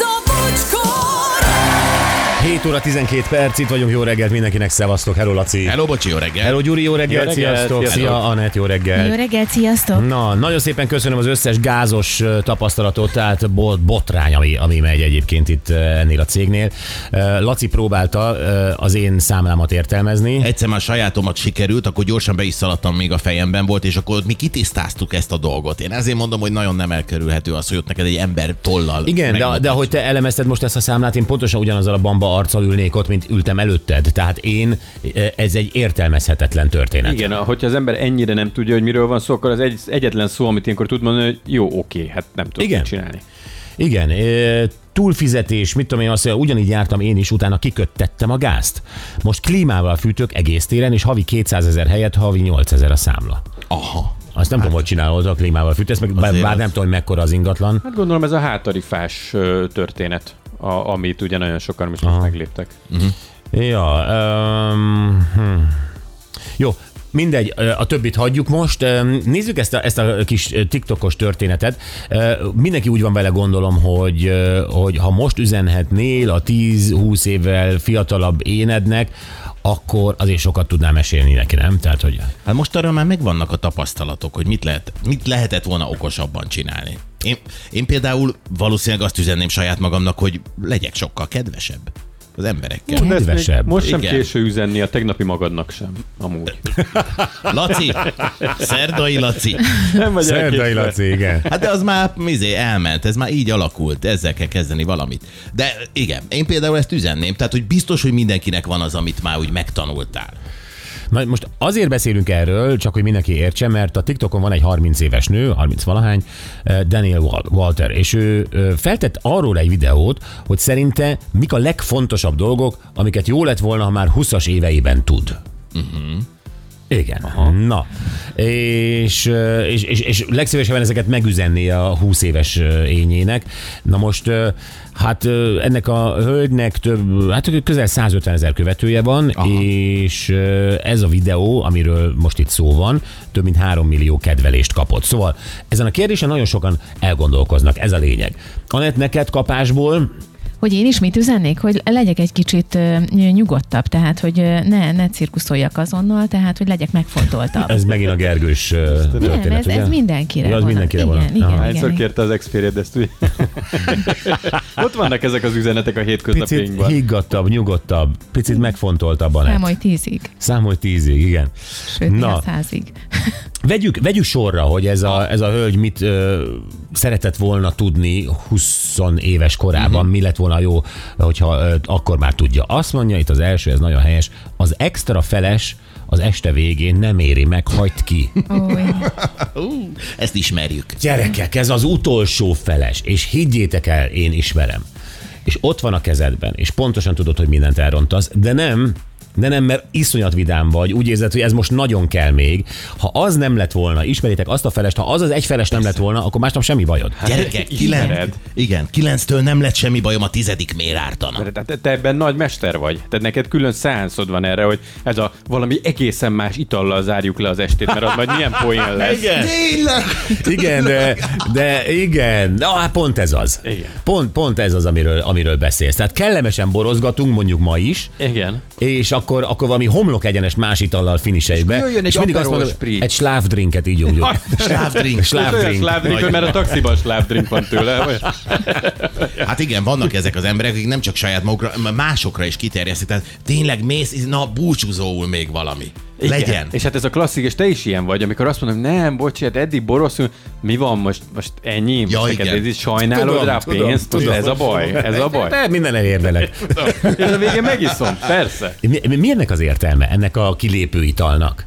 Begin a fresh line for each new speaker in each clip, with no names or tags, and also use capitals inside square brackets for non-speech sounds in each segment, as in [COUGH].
a bocskor!
7 óra 12 perc, itt vagyunk, jó reggelt mindenkinek, szevasztok, hello Laci.
Hello, bocsi, jó reggel.
Hello Gyuri, jó reggelt,
reggelt,
sziasztok,
sziasztok.
szia Anett, jó
Jó
reggelt.
reggelt, sziasztok!
Na, nagyon szépen köszönöm az összes gázos ö, tapasztalatot, tehát bot, botrány, ami, ami megy egyébként itt ö, ennél a cégnél. Ö, Laci próbálta ö, az én számlámat értelmezni.
Egyszer már sajátomat sikerült, akkor gyorsan be is szaladtam, még a fejemben volt, és akkor ott mi kitisztáztuk ezt a dolgot. Én ezért mondom, hogy nagyon nem elkerülhető az, hogy ott neked egy ember tollal.
Igen, de,
megmutat.
de ahogy te elemezted most ezt a számlát, én pontosan ugyanazzal a bamba arccal ülnék ott, mint ültem előtted. Tehát én, ö, ez egy értelmezhetetlen történet.
Igen, hogyha az ember ennyire nem tudja, hogy miről van szó, akkor az egy, egyetlen szó, amit ilyenkor tud mondani, hogy jó, oké, hát nem tudok
Igen.
Igen. csinálni.
Igen, ö, túlfizetés, mit tudom én, azt mondja, ugyanígy jártam én is, utána kiköttettem a gázt. Most klímával fűtök egész téren, és havi 200 ezer helyett havi 8 ezer a számla.
Aha.
Azt nem hát, tudom, hogy csinálod, a klímával fűtesz, meg bár
Azért
bár
az-
nem tudom, hogy mekkora az ingatlan.
Hát gondolom ez a hátarifás ö, történet, a, amit ugye nagyon sokan most megléptek.
Ja, um, hm. Jó, mindegy, ö, a többit hagyjuk most. Ö, Nézzük ezt a, ezt a kis ö, TikTokos történetet. Ö, Mindenki úgy van vele, gondolom, hogy, ö, hogy ha most üzenhetnél a 10-20 évvel fiatalabb énednek, akkor azért sokat tudnám mesélni neki, nem? Tehát, hogy...
Hát most arra már megvannak a tapasztalatok, hogy mit, lehet, mit lehetett volna okosabban csinálni. Én, én például valószínűleg azt üzenném saját magamnak, hogy legyek sokkal kedvesebb az emberekkel.
De ezt még
Kedvesebb.
Most sem
Igen.
késő üzenni a tegnapi magadnak sem, amúgy.
Laci! Szerdai Laci!
Nem vagy elkészülve.
igen.
Hát de az már mizé elment, ez már így alakult, ezzel kell kezdeni valamit. De igen, én például ezt üzenném, tehát hogy biztos, hogy mindenkinek van az, amit már úgy megtanultál.
Na most azért beszélünk erről, csak hogy mindenki értse, mert a TikTokon van egy 30 éves nő, 30 valahány, eh, Daniel Wal- Walter, és ő ö, feltett arról egy videót, hogy szerinte mik a legfontosabb dolgok, amiket jó lett volna, ha már 20-as éveiben tud. Igen. Aha. Na, és, ö, és, és, és legszívesebben ezeket megüzenné a 20 éves ö, ényének. Na most, ö, hát ö, ennek a hölgynek több, hát közel 150 ezer követője van, Aha. és ö, ez a videó, amiről most itt szó van, több mint 3 millió kedvelést kapott. Szóval ezen a kérdésen nagyon sokan elgondolkoznak, ez a lényeg. Anett, neked kapásból
Hogy én is mit üzennék? Hogy legyek egy kicsit ö, nyugodtabb, tehát hogy ö, ne, ne cirkuszoljak azonnal, tehát hogy legyek megfontoltabb.
ez megint a Gergős ö, történet,
Nem, ez,
ugye?
ez mindenkire
Ja, az
van.
mindenkire
igen,
van.
Igen,
Aha.
igen,
Hányszor
igen, igen.
kérte az Xperia-t ezt ugye? [LAUGHS] Ott vannak ezek az üzenetek a
Picit
hétköznapjainkban.
higgadtabb, nyugodtabb, picit megfontoltabb a
Számolj tízig,
Számolj tízig, igen.
sőt,
Na.
Na. százig.
Vegyük, vegyük sorra, hogy ez a, ez a hölgy mit ö, szeretett volna tudni 20 éves korában, mi lett volna jó, hogyha ö, akkor már tudja. Azt mondja itt az első, ez nagyon helyes, az extra feles az este végén nem éri meg, hagyd ki.
Ó, igen.
Ezt ismerjük.
Gyerekek, ez az utolsó feles, és higgyétek el, én ismerem. És ott van a kezedben, és pontosan tudod, hogy mindent elrontasz, de nem, de nem, mert iszonyat vidám vagy, úgy érzed, hogy ez most nagyon kell még. Ha az nem lett volna, ismeritek azt a felest, ha az az egy feles nem lett volna, akkor másnap semmi bajod.
Gyerekek, kilenc,
Hát ismered.
igen, kilenctől nem lett semmi bajom, a tizedik miért ártana.
Tehát te- te ebben nagy mester vagy. Tehát neked külön szánszod van erre, hogy ez a valami egészen más itallal zárjuk le az estét, mert az majd milyen poén lesz.
Tényleg?
Igen, de, de igen, na hát pont ez az.
Igen.
Pont, pont ez az, amiről, amiről beszélsz. Tehát kellemesen borozgatunk, mondjuk ma is,
Igen.
és akkor, akkor valami homlok egyenes más itallal finiseljük be.
És jöjjön egy
és mindig azt
Aperol
mondom,
Spritz.
egy slávdrinket így
[LAUGHS]
úgy.
Slávdrink.
Olyan
Slávdrink.
slávdrink, hogy már a taxiban slávdrink van tőle. Olyan.
Hát igen, vannak ezek az emberek, akik nem csak saját magukra, másokra is kiterjesztik. Tehát tényleg mész, na búcsúzóul még valami.
[LAUGHS] Igen.
Legyen.
És hát ez a klasszik, és te is ilyen vagy, amikor azt mondom, nem, bocs, hát eddig boroszul, mi van most, most ennyi? Most
Ja,
neked
igen.
ez is sajnálod
Tudom,
rá
tudom,
pénzt?
tudom.
ez a baj, ez a baj.
De minden elérdelek.
És a végén megiszom, persze.
Mi, mi- mi ennek az értelme, ennek a kilépő italnak?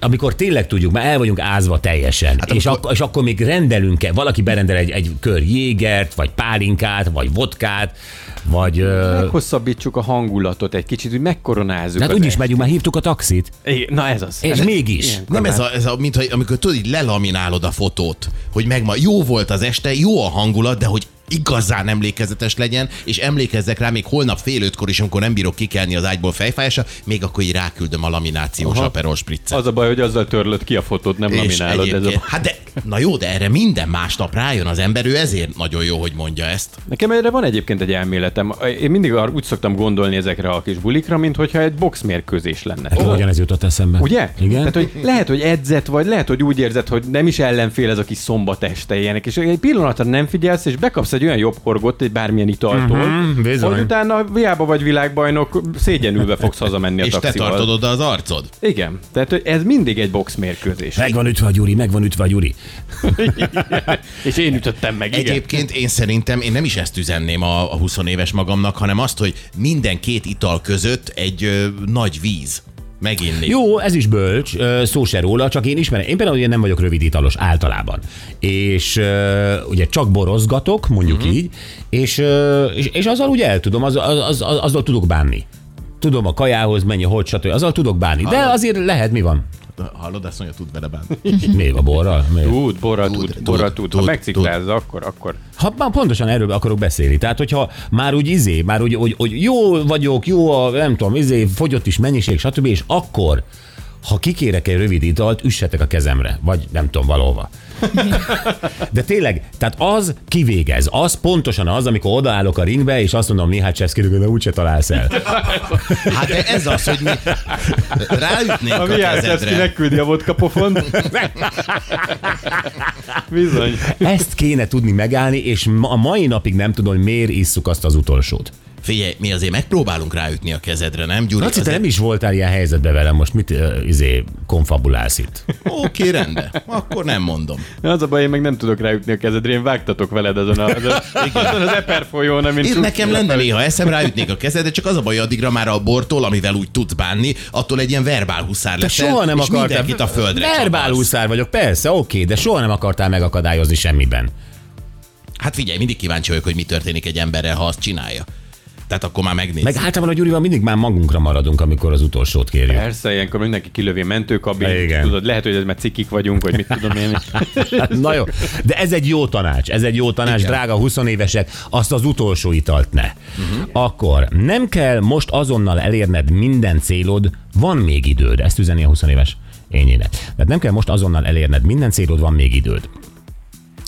Amikor tényleg tudjuk, már el vagyunk ázva teljesen, hát, és, akkor, és akkor még rendelünk-e, valaki berendel egy, egy kör jégert, vagy pálinkát, vagy vodkát, vagy...
Hát
ö,
Hosszabbítsuk a hangulatot egy kicsit, hogy megkoronázzuk.
Hát
az
úgyis
est-
megyünk, már hívtuk a taxit,
Igen, Na ez az.
és
Hát Ez-
mégis.
ilyenkor
Nem
már-
ez a, ez a mint hogy amikor tudod, így lelaminálod a fotót, hogy meg ma jó volt az este, jó a hangulat, de hogy igazán emlékezetes legyen, és emlékezzek rá még holnap fél ötkor is, amikor nem bírok kikelni az ágyból fejfájásra, még akkor így ráküldöm a laminációs
Aha.
aperol spriccet.
Az a baj, hogy azzal törlöd ki a fotót, nem
És
laminálod. Ez a...
egyébként- Hát de, na jó, de erre minden másnap rájön az ember, ő ezért nagyon jó, hogy mondja ezt.
Nekem erre van egyébként egy elméletem. Én mindig ar- úgy szoktam gondolni ezekre a kis bulikra, mintha egy boxmérkőzés lenne.
Hát oh. ugyanez jutott eszembe.
Ugye?
Igen.
Tehát, hogy lehet, hogy edzett vagy, lehet, hogy úgy érzed, hogy nem is ellenfél ez a kis szombat este ilyenek, és egy pillanatra nem figyelsz, és bekapsz egy olyan jobb horgot, egy bármilyen italtól,
Mhm,
uh-huh,
bizony.
hogy utána hiába vagy világbajnok, szégyenülve fogsz hazamenni a
és te
taxival.
tartod oda az arcod.
Igen, tehát hogy ez mindig egy boxmérkőzés.
Meg van ütve a Gyuri, meg van ütve a
[LAUGHS]
Gyuri.
és én ütöttem meg, igen.
Egyébként én szerintem én nem is ezt üzenném a, a 20 éves magamnak, hanem azt, hogy minden két ital között egy ö, nagy víz meginni.
Jó, ez is bölcs, ö, szó se róla, csak én ismerem. Én például ugye nem vagyok rövidítalos általában. És ö, ugye csak borozgatok, mondjuk uh-huh. így, és, ö, és, és azzal ugye el tudom, az, az, az, az, azzal tudok bánni. Tudom a kajához mennyi, hogy, stb. Azzal tudok bánni. De azért lehet, mi van?
Hallod, azt mondja, tud vele bánni.
Mi a borral? Mi?
Tud, borra
Tud,
tud,
tud,
borra tud. Ha
tud,
megciklázza, akkor, akkor.
Ha már pontosan erről akarok beszélni. Tehát, hogyha már úgy izé, már úgy, hogy, hogy jó vagyok, jó a, nem tudom, izé, fogyott is mennyiség, stb. És akkor, ha kikérek egy rövid italt, üssetek a kezemre, vagy nem tudom, valahova. De tényleg, tehát az kivégez, az pontosan az, amikor odaállok a ringbe, és azt mondom, Mihály Cseszki, de úgyse találsz el.
Hát de ez az, hogy mi ráütnénk a,
A Viászewski
kezedre.
megküldi a vodka pofont. [LAUGHS] Bizony.
Ezt kéne tudni megállni, és ma- a mai napig nem tudom, hogy miért isszuk azt az utolsót.
Figyelj, mi azért megpróbálunk ráütni a kezedre, nem Gyuri?
Laci, te
Azért-
nem is voltál ilyen helyzetben velem, most mit ö, izé, konfabulálsz itt?
Oké, rendben. Akkor nem mondom.
Az a baj, én meg nem tudok ráütni a kezedre, én vágtatok veled azon, a, azon, azon az eper folyón, amint
Én
csúsz-
nekem lenne néha eszem, ráütnék a kezedre, csak az a baj, addigra már a bortól, amivel úgy tudsz bánni, attól egy ilyen verbál huszár
Te
leszel,
soha nem
és
akartál.
mindenkit a földre
Verbál
csavarsz.
úszár vagyok, persze, oké, de soha nem akartál megakadályozni semmiben.
Hát figyelj, mindig kíváncsi vagyok, hogy mi történik egy emberrel, ha azt csinálja. Tehát akkor már megnézzük.
Meg általában a Gyurival mindig már magunkra maradunk, amikor az utolsót kérjük.
Persze, ilyenkor mindenki kilövi a mentőkabin,
Igen.
tudod, lehet, hogy ez már cikik vagyunk, vagy mit tudom én.
Hát, Na jó, de ez egy jó tanács, ez egy jó tanács, Igen. drága 20 évesek, azt az utolsó italt ne. Uh-huh. Akkor nem kell most azonnal elérned minden célod, van még időd, ezt üzeni a 20 éves ényének. Tehát nem kell most azonnal elérned minden célod, van még időd.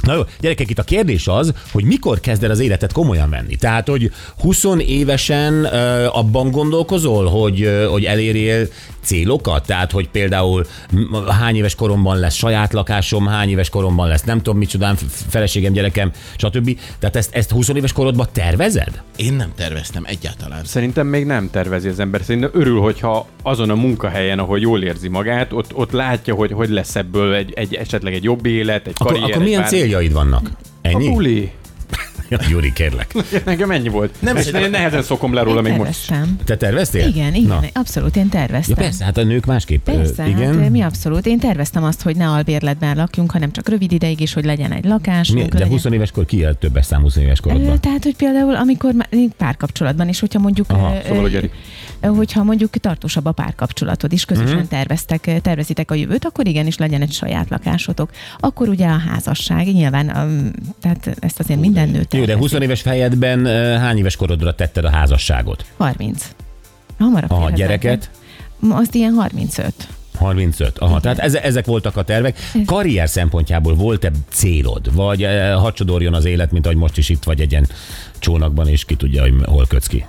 Na jó, gyerekek, itt a kérdés az, hogy mikor kezded az életet komolyan venni. Tehát, hogy 20 évesen ö, abban gondolkozol, hogy, ö, hogy elérjél célokat? Tehát, hogy például m- hány éves koromban lesz saját lakásom, hány éves koromban lesz nem tudom micsodám, f- feleségem, gyerekem, stb. Tehát ezt, ezt 20 éves korodban tervezed?
Én nem terveztem egyáltalán.
Szerintem még nem tervezi az ember. Szerintem örül, hogyha azon a munkahelyen, ahol jól érzi magát, ott, ott látja, hogy hogy lesz ebből egy, egy esetleg egy jobb élet, egy
Akkor,
karrier.
akkor
egy
milyen
bár-
céljaid vannak?
A
Ennyi?
buli.
Gyuri, kérlek.
Nekem ennyi volt. Nem és
szerintem-
én nehezen szokom le róla még most.
terveztem.
Te terveztél?
Igen,
Na.
igen, abszolút, én terveztem.
Ja, persze, hát a nők másképp. ö,
Persze,
igen.
igen. Hát, mi abszolút. Én terveztem azt, hogy ne albérletben lakjunk, hanem csak rövid ideig is, hogy legyen egy lakás.
Mi, de 20 éves kor ki élt többes szám 20 éves korodban?
Tehát, hogy például, amikor már- én párkapcsolatban is, hogyha mondjuk,
Aha,
ö,
szóval a Geri.
ö, hogyha mondjuk tartósabb a párkapcsolatod is, közösen
Mhm.
uh-huh. terveztek, ö, tervezitek a jövőt, akkor igenis legyen egy saját lakásotok. Akkor ugye a házasság, nyilván, ö, tehát ezt azért minden nő
Jó, de
tervezi.
20 éves fejedben ö, hány éves korodra tetted a házasságot?
30. Hamarabb
A
férhetem.
gyereket?
Ma Azt ilyen 35.
35. Aha, tehát eze, ezek voltak a tervek. Karrier szempontjából volt-e célod? Vagy eh, hadsodorjon az élet, mint ahogy most is itt vagy egy ilyen csónakban, és ki tudja, hogy hol kötsz ki?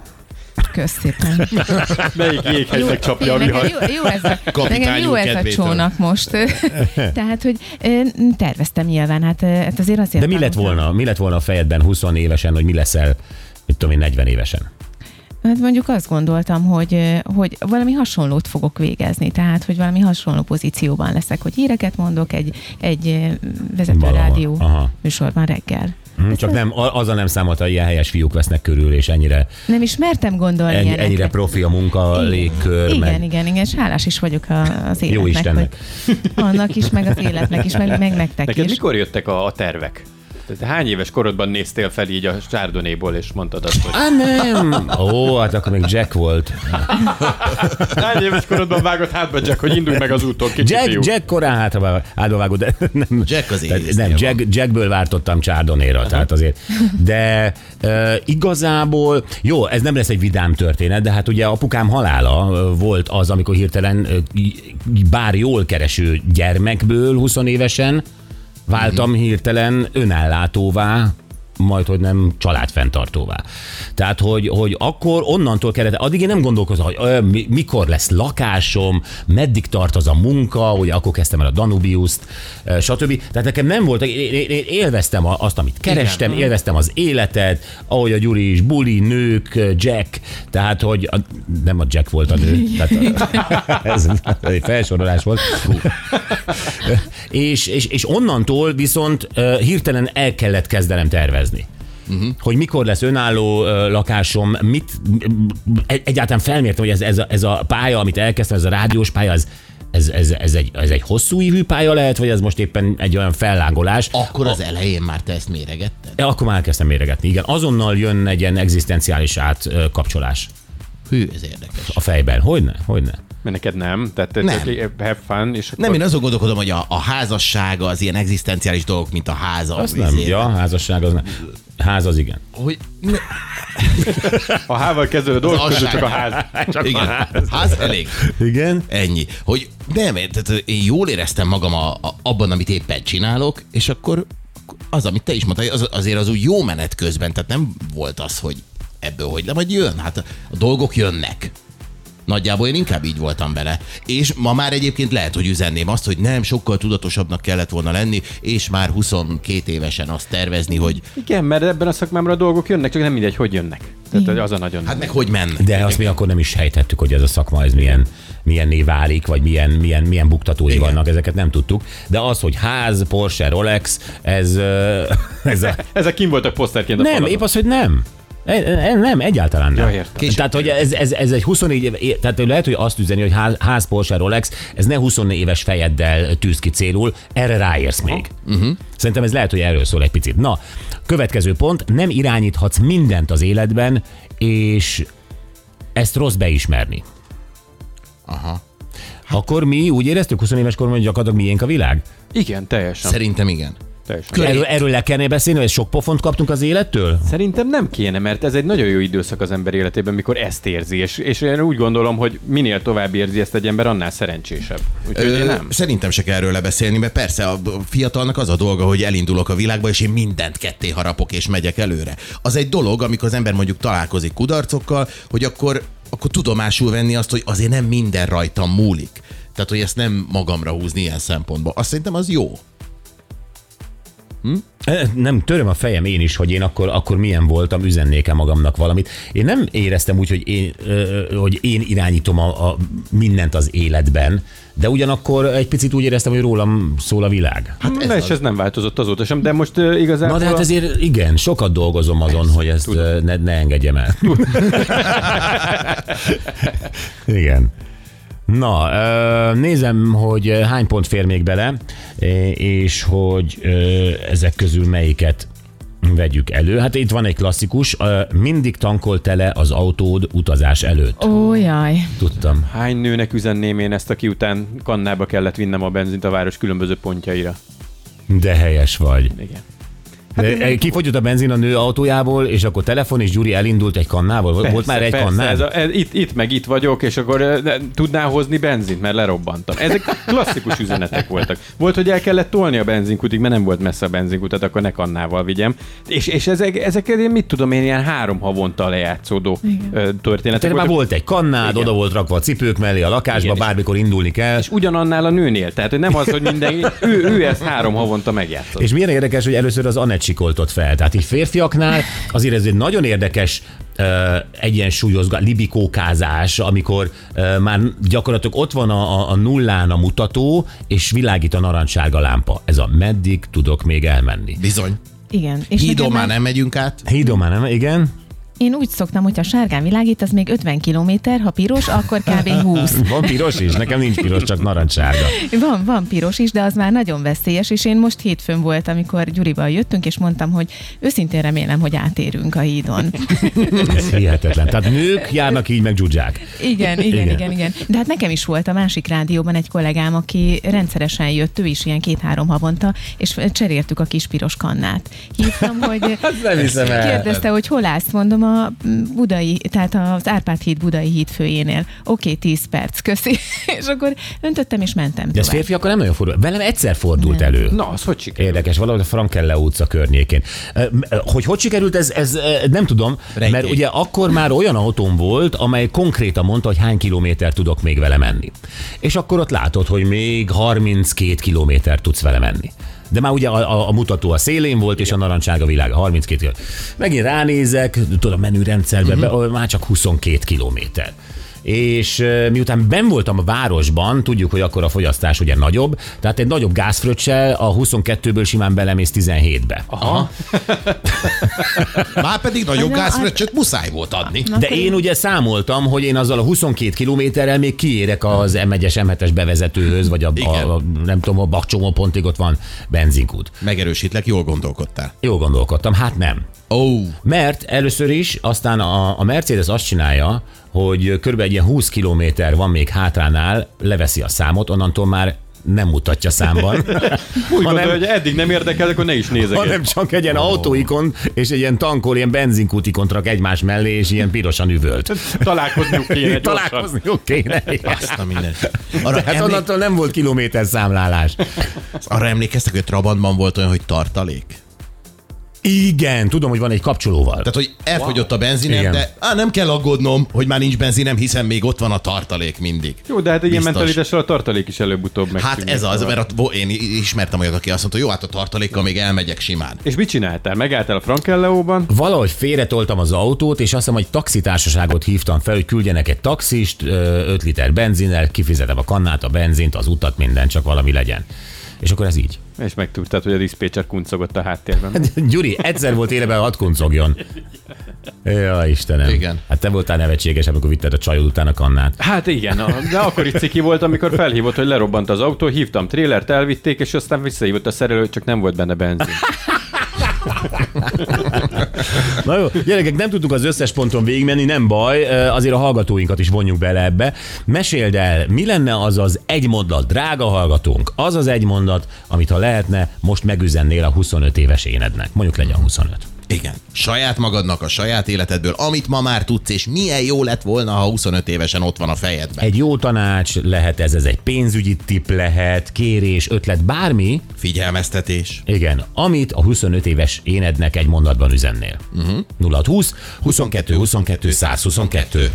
Kösz
[LAUGHS]
szépen.
Melyik jéghegynek csapja a
Én
vihar?
nekem jó, jó ez a,
Kapitány
nekem jó
úr
ez a
kedvétől.
csónak most.
[LAUGHS]
Tehát, hogy ö, terveztem nyilván, hát, ö, hát azért azért...
De mi lett
tanultam.
volna, mi lett volna a fejedben 20 évesen, hogy mi leszel, mit tudom én, 40 évesen?
Hát mondjuk azt gondoltam, hogy, ö, hogy valami hasonlót fogok végezni, tehát, hogy valami hasonló pozícióban leszek, hogy híreket mondok egy, egy ö, vezető
Valahol.
rádió
Aha.
műsorban reggel.
Hm, Csak nem, a- azzal nem számolta, hogy ilyen helyes fiúk vesznek körül, és ennyire,
Nem is mertem gondolni
ennyi,
ilyenekre.
ennyire profi a munka,
Igen.
légkör,
igen,
meg
igen, igen, igen, és hálás is vagyok a, az életnek.
Istennek.
Hogy annak is, meg az életnek is, meg, meg nektek
Neked
is.
mikor jöttek a, a tervek? Tehát hány éves korodban néztél fel így a sárdonéból, és mondtad azt, hogy [LAUGHS]
Á, nem! Ó, hát akkor még Jack volt.
hány éves korodban vágott hátba, Jack, hogy indulj meg az úton, kicsit fiú.
Jack, Jack korán hátravágó, de [LAUGHS] nem.
Jack az
tehát
éjjszél
Nem,
van.
Jack, Jackből váltottam Csárdonéra, tehát azért. De e, igazából, jó, ez nem lesz egy vidám történet, de hát ugye apukám halála ö, volt az, amikor hirtelen ö, í- bár jól kereső gyermekből 20 évesen váltam hirtelen önellátóvá, majd, hogy nem családfenntartóvá. Tehát, hogy, hogy akkor onnantól kellett, addig én nem gondolkozom, hogy ö, mi- mikor lesz lakásom, meddig tart az a munka, hogy akkor kezdtem el a Danubiuszt, ö, stb. Tehát nekem nem volt, én, én, én élveztem a- azt, amit kerestem, Igen. élveztem az életet, ahogy a Gyuri is, buli, nők, ö, Jack, tehát, hogy a, nem a Jack volt a nő, tehát ez egy felsorolás volt. és, és, és onnantól viszont ö, hirtelen el kellett kezdenem tervezni. Uh-huh. Hogy mikor lesz önálló ö, lakásom, mit egy- egyáltalán felmértem, hogy ez, ez, a, ez a pálya, amit elkezdtem, ez a rádiós pálya, ez, ez, ez, ez, egy, ez egy hosszú ívű pálya lehet, vagy ez most éppen egy olyan fellángolás.
Akkor az elején már te ezt méregetted?
Ja, Akkor már elkezdtem méregetni. Igen, azonnal jön egy ilyen egzisztenciális átkapcsolás
Hű, ez érdekes.
a fejben. Hogyne? Hogyne?
Mert neked nem, tehát te,
Nem.
te, have fun, és
Nem, én azon gondolkodom, hogy a, a házassága, az ilyen egzisztenciális dolgok, mint a háza.
Azt nem.
izé.
Ja, házasság az nem. Ház az igen.
Hogy ne,
a hával kezdődő dolgok közül csak a ház.
Csak [LAUGHS] igen, [LAUGHS] ház elég.
Igen?
Ennyi. Hogy nem, én- tehát én jól éreztem magam a, a, abban, amit éppen csinálok, és akkor az, amit te is mondtál, az, azért az úgy jó menet közben, tehát nem volt az, hogy ebből hogy le, majd jön. Hát a, a dolgok jönnek. Nagyjából én inkább így voltam vele. És ma már egyébként lehet, hogy üzenném azt, hogy nem, sokkal tudatosabbnak kellett volna lenni, és már 22 évesen azt tervezni, hogy
Igen, mert ebben a szakmámra a dolgok jönnek, csak nem mindegy, hogy jönnek. Tehát hogy az a nagyon.
hát meg hogy menne.
De azt mi akkor nem is sejtettük, hogy ez a szakma ez milyen, milyen név válik, vagy milyen, milyen, milyen buktatói Igen.
Igen.
vannak, ezeket nem tudtuk. De az, hogy ház, Porsche, Rolex, ez, ö, [LAUGHS] ez a...
Ezek kim voltak poszterként a
Nem,
falon.
épp az, hogy nem. E- e- Nem, egyáltalán nem.
Ja, értem.
Később.
Tehát, hogy ez, ez, ez egy 24 év, é- tehát lehet, hogy azt üzeni, hogy ház, ház Porsche, Rolex, ez ne 24 éves fejeddel tűz ki célul, erre ráérsz még.
Mhm.
Uh-huh. Szerintem ez lehet, hogy erről szól egy picit. Na, következő pont, nem irányíthatsz mindent az életben, és ezt rossz beismerni. Hát
Aha.
Akkor mi úgy éreztük 20 éves korban, hogy gyakorlatilag miénk a világ?
Igen, teljesen.
Szerintem igen.
teljesen.
Köré-
Erről, erről le kellene beszélni, hogy sok pofont kaptunk az élettől?
Szerintem nem kéne, mert ez egy nagyon jó időszak az ember életében, mikor ezt érzi, és, és én úgy gondolom, hogy minél tovább érzi ezt egy ember, annál szerencsésebb. Úgyhogy én
Ö,
nem.
Szerintem se kell erről beszélni, mert persze a fiatalnak az a dolga, hogy elindulok a világba, és én mindent ketté harapok, és megyek előre. Az egy dolog, amikor az ember mondjuk találkozik kudarcokkal, hogy akkor, akkor tudomásul venni azt, hogy azért nem minden rajtam múlik. Tehát, hogy ezt nem magamra húzni ilyen szempontból. Azt szerintem az jó.
E, Nem, töröm a fejem én is, hogy én akkor, akkor milyen voltam, üzennék-e magamnak valamit. Én nem éreztem úgy, hogy én, ö, ö, hogy én irányítom a, a mindent az életben, de ugyanakkor egy picit úgy éreztem, hogy rólam szól a világ.
Hát ez Na, és ez nem változott azóta sem, de most uh, igazából...
Na de hát ezért igen, sokat dolgozom azon, Persze, hogy ezt tudom. ne, ne engedjem [LAUGHS] el. igen. Na, ö, nézem, hogy eh, hány pont fér még bele, eh, és hogy ö, ezek közül melyiket vegyük elő. Hát itt van egy klasszikus, ö, mindig tankolt tele az autód utazás előtt.
Ó, jaj.
Tudtam.
Hány nőnek üzenném én ezt, aki után kannába kellett vinnem a benzint a város különböző pontjaira?
De helyes vagy.
Igen.
De kifogyott a benzin a nő autójából, és akkor telefon, és Gyuri elindult egy kannával. Persze, Volt már egy
persze,
kannád?
Ez a, ez, itt, itt meg itt vagyok, és akkor ö, ne- tudnál hozni benzint, mert lerobbantam. Ezek klasszikus üzenetek voltak. Volt, hogy el kellett tolni a benzinkutig, mert nem volt messze a benzinkutat, akkor ne kannával vigyem. És, és ezek, ezeket én mit tudom én, ilyen három havonta lejátszódó ö, történetek
Tehát már
voltak.
volt egy kannád, Igen.
Igen.
oda volt rakva a cipők mellé a lakásba, Igen,
Igen, és-
bármikor indulni kell. És,
És ugyanannál a nőnél, tehát hogy nem az, hogy minden, ő, ő ezt három havonta megjátszott.
és milyen érdekes, hogy először az Anett sikoltott fel. Tehát így férfiaknál azért ez egy nagyon érdekes ö, egyensúlyozga, libikókázás, amikor ö, már gyakorlatilag ott van a, a- a nullán a mutató, és világít a narancssárga lámpa. Ez a meddig tudok még elmenni.
Bizony.
Igen. És
Hídon
nekem
már
meg-
nem megyünk át.
Hídom már nem, igen.
Én úgy szoktam, hogyha sárgán világít, az még 50 km, ha piros, akkor kb. 20.
Van piros is? Nekem nincs piros, csak narancssárga.
Van, van piros is, de az már nagyon veszélyes, és én most hétfőn volt, amikor Gyurival jöttünk, és mondtam, hogy őszintén remélem, hogy átérünk a hídon.
Ez hihetetlen. Tehát nők járnak így, meg dzsudzsák.
Igen, igen,
Igen.
igen, igen, igen. De hát nekem is volt a másik rádióban egy kollégám, aki rendszeresen jött, ő is ilyen két-három havonta, és cseréltük a kis piros kannát. Hívtam,
[LAUGHS]
hogy
nem hiszem el.
kérdezte, hogy hol állsz, mondom, a budai, tehát az Árpád híd budai híd főjénél. Oké, 10 perc, köszi. [LAUGHS] És akkor öntöttem és mentem
De ez
tovább.
férfiakkal nem nagyon fordul. Velem egyszer fordult elő.
Na, az hogy sikerült?
Érdekes, valahogy a Frankelle utca környékén. Ö, ö, Hogy hogy sikerült, ez, ez ö, nem tudom,
Rejtély.
mert ugye akkor már olyan autóm volt, amely konkrétan mondta, hogy hány kilométer tudok még vele menni. És akkor ott látod, hogy még 32 kilométer tudsz vele menni. De már ugye a, a, a mutató a szélén volt, és a narancsága világ a 32 kilométer. Megint ránézek, tudod, a menürendszerben, uh-huh. már csak 22 kilométer és ö, miután ben voltam a városban, tudjuk, hogy akkor a fogyasztás ugye nagyobb, tehát egy nagyobb gázfröccsel a 22-ből simán belemész 17-be. Aha.
Már
[LAUGHS]
pedig nagyobb
Na,
gázfröccsöt muszáj volt adni.
De én ugye számoltam, hogy én azzal a 22 kilométerrel még kiérek az M1-es, M7-es bevezetőhöz, vagy a,
Igen.
a, a nem tudom, a Bakcsomó pontig ott van benzinkút.
Megerősítlek, jól gondolkodtál.
Jó gondolkodtam, hát nem.
Ó, oh,
Mert először is, aztán a, a Mercedes azt csinálja, hogy kb. egy ilyen 20 kilométer van még hátránál, leveszi a számot, onnantól már nem mutatja
[LAUGHS]
számban.
Úgy
hanem-
gondolja, hogy eddig nem érdekel, akkor ne is nézek.
hanem csak egy
Oh.
ilyen autóikon és egy ilyen tankol, ilyen benzinkútikon rak egymás mellé, és ilyen pirosan üvölt.
Találkozniuk kéne gyorsan.
Találkozniuk kéne.
[LAUGHS]
igen.
azt a
[LAUGHS]
minden. Arra,
Hát
emlék...
onnantól nem volt kilométerszámlálás.
arra emlékeztek, hogy Trabantban volt olyan, hogy tartalék?
Igen, tudom, hogy van egy kapcsolóval.
Tehát, hogy elfogyott a benzinem,
Igen.
de á, nem kell aggódnom, hogy már nincs benzinem, hiszen még ott van a tartalék mindig.
Jó, de hát egy ilyen
Biztos.
mentalitással a tartalék is előbb-utóbb meg.
Hát ez az, mert ott, vo- én ismertem olyat, aki azt mondta, jó, hát a tartalékkal még elmegyek simán.
És mit csináltál? Megálltál a Frankelleóban?
Valahogy félretoltam az autót, és azt hiszem, hogy taxitársaságot hívtam fel, hogy küldjenek egy taxist, 5 liter benzinnel, kifizetem a kannát, a benzint, az utat, minden, csak valami legyen. És akkor ez így. Hát,
És megtudtad, hogy a diszpécser kuncogott a háttérben.
Gyuri, egyszer volt életben, hadd kuncogjon. Ja, Istenem.
Igen.
Hát te voltál nevetséges, amikor vitted a csajod után a kannát.
Hát igen, a- de akkor is ciki volt, amikor felhívott, hogy lerobbant az autó, hívtam trélert, elvitték, és aztán visszahívott a szerelő, hogy csak nem volt benne benzin.
Na jó, gyerekek, nem tudtuk az összes ponton végigmenni, nem baj, ö, azért a hallgatóinkat is vonjuk bele ebbe. Meséld el, mi lenne az az egy mondat, drága hallgatónk, az az egy mondat, amit ha lehetne, most megüzennél a 25 éves énednek. Mondjuk legyen 25.
Igen. Saját magadnak, a saját életedből, amit ma már tudsz, és milyen jó lett volna, ha 25 évesen ott van a fejedben.
Egy jó tanács lehet ez, ez egy pénzügyi tipp lehet, kérés, ötlet, bármi,
Figyelmeztetés.
igen, amit a 25 éves énednek egy mondatban üzennél. Uh-huh. 0620 22 22 122.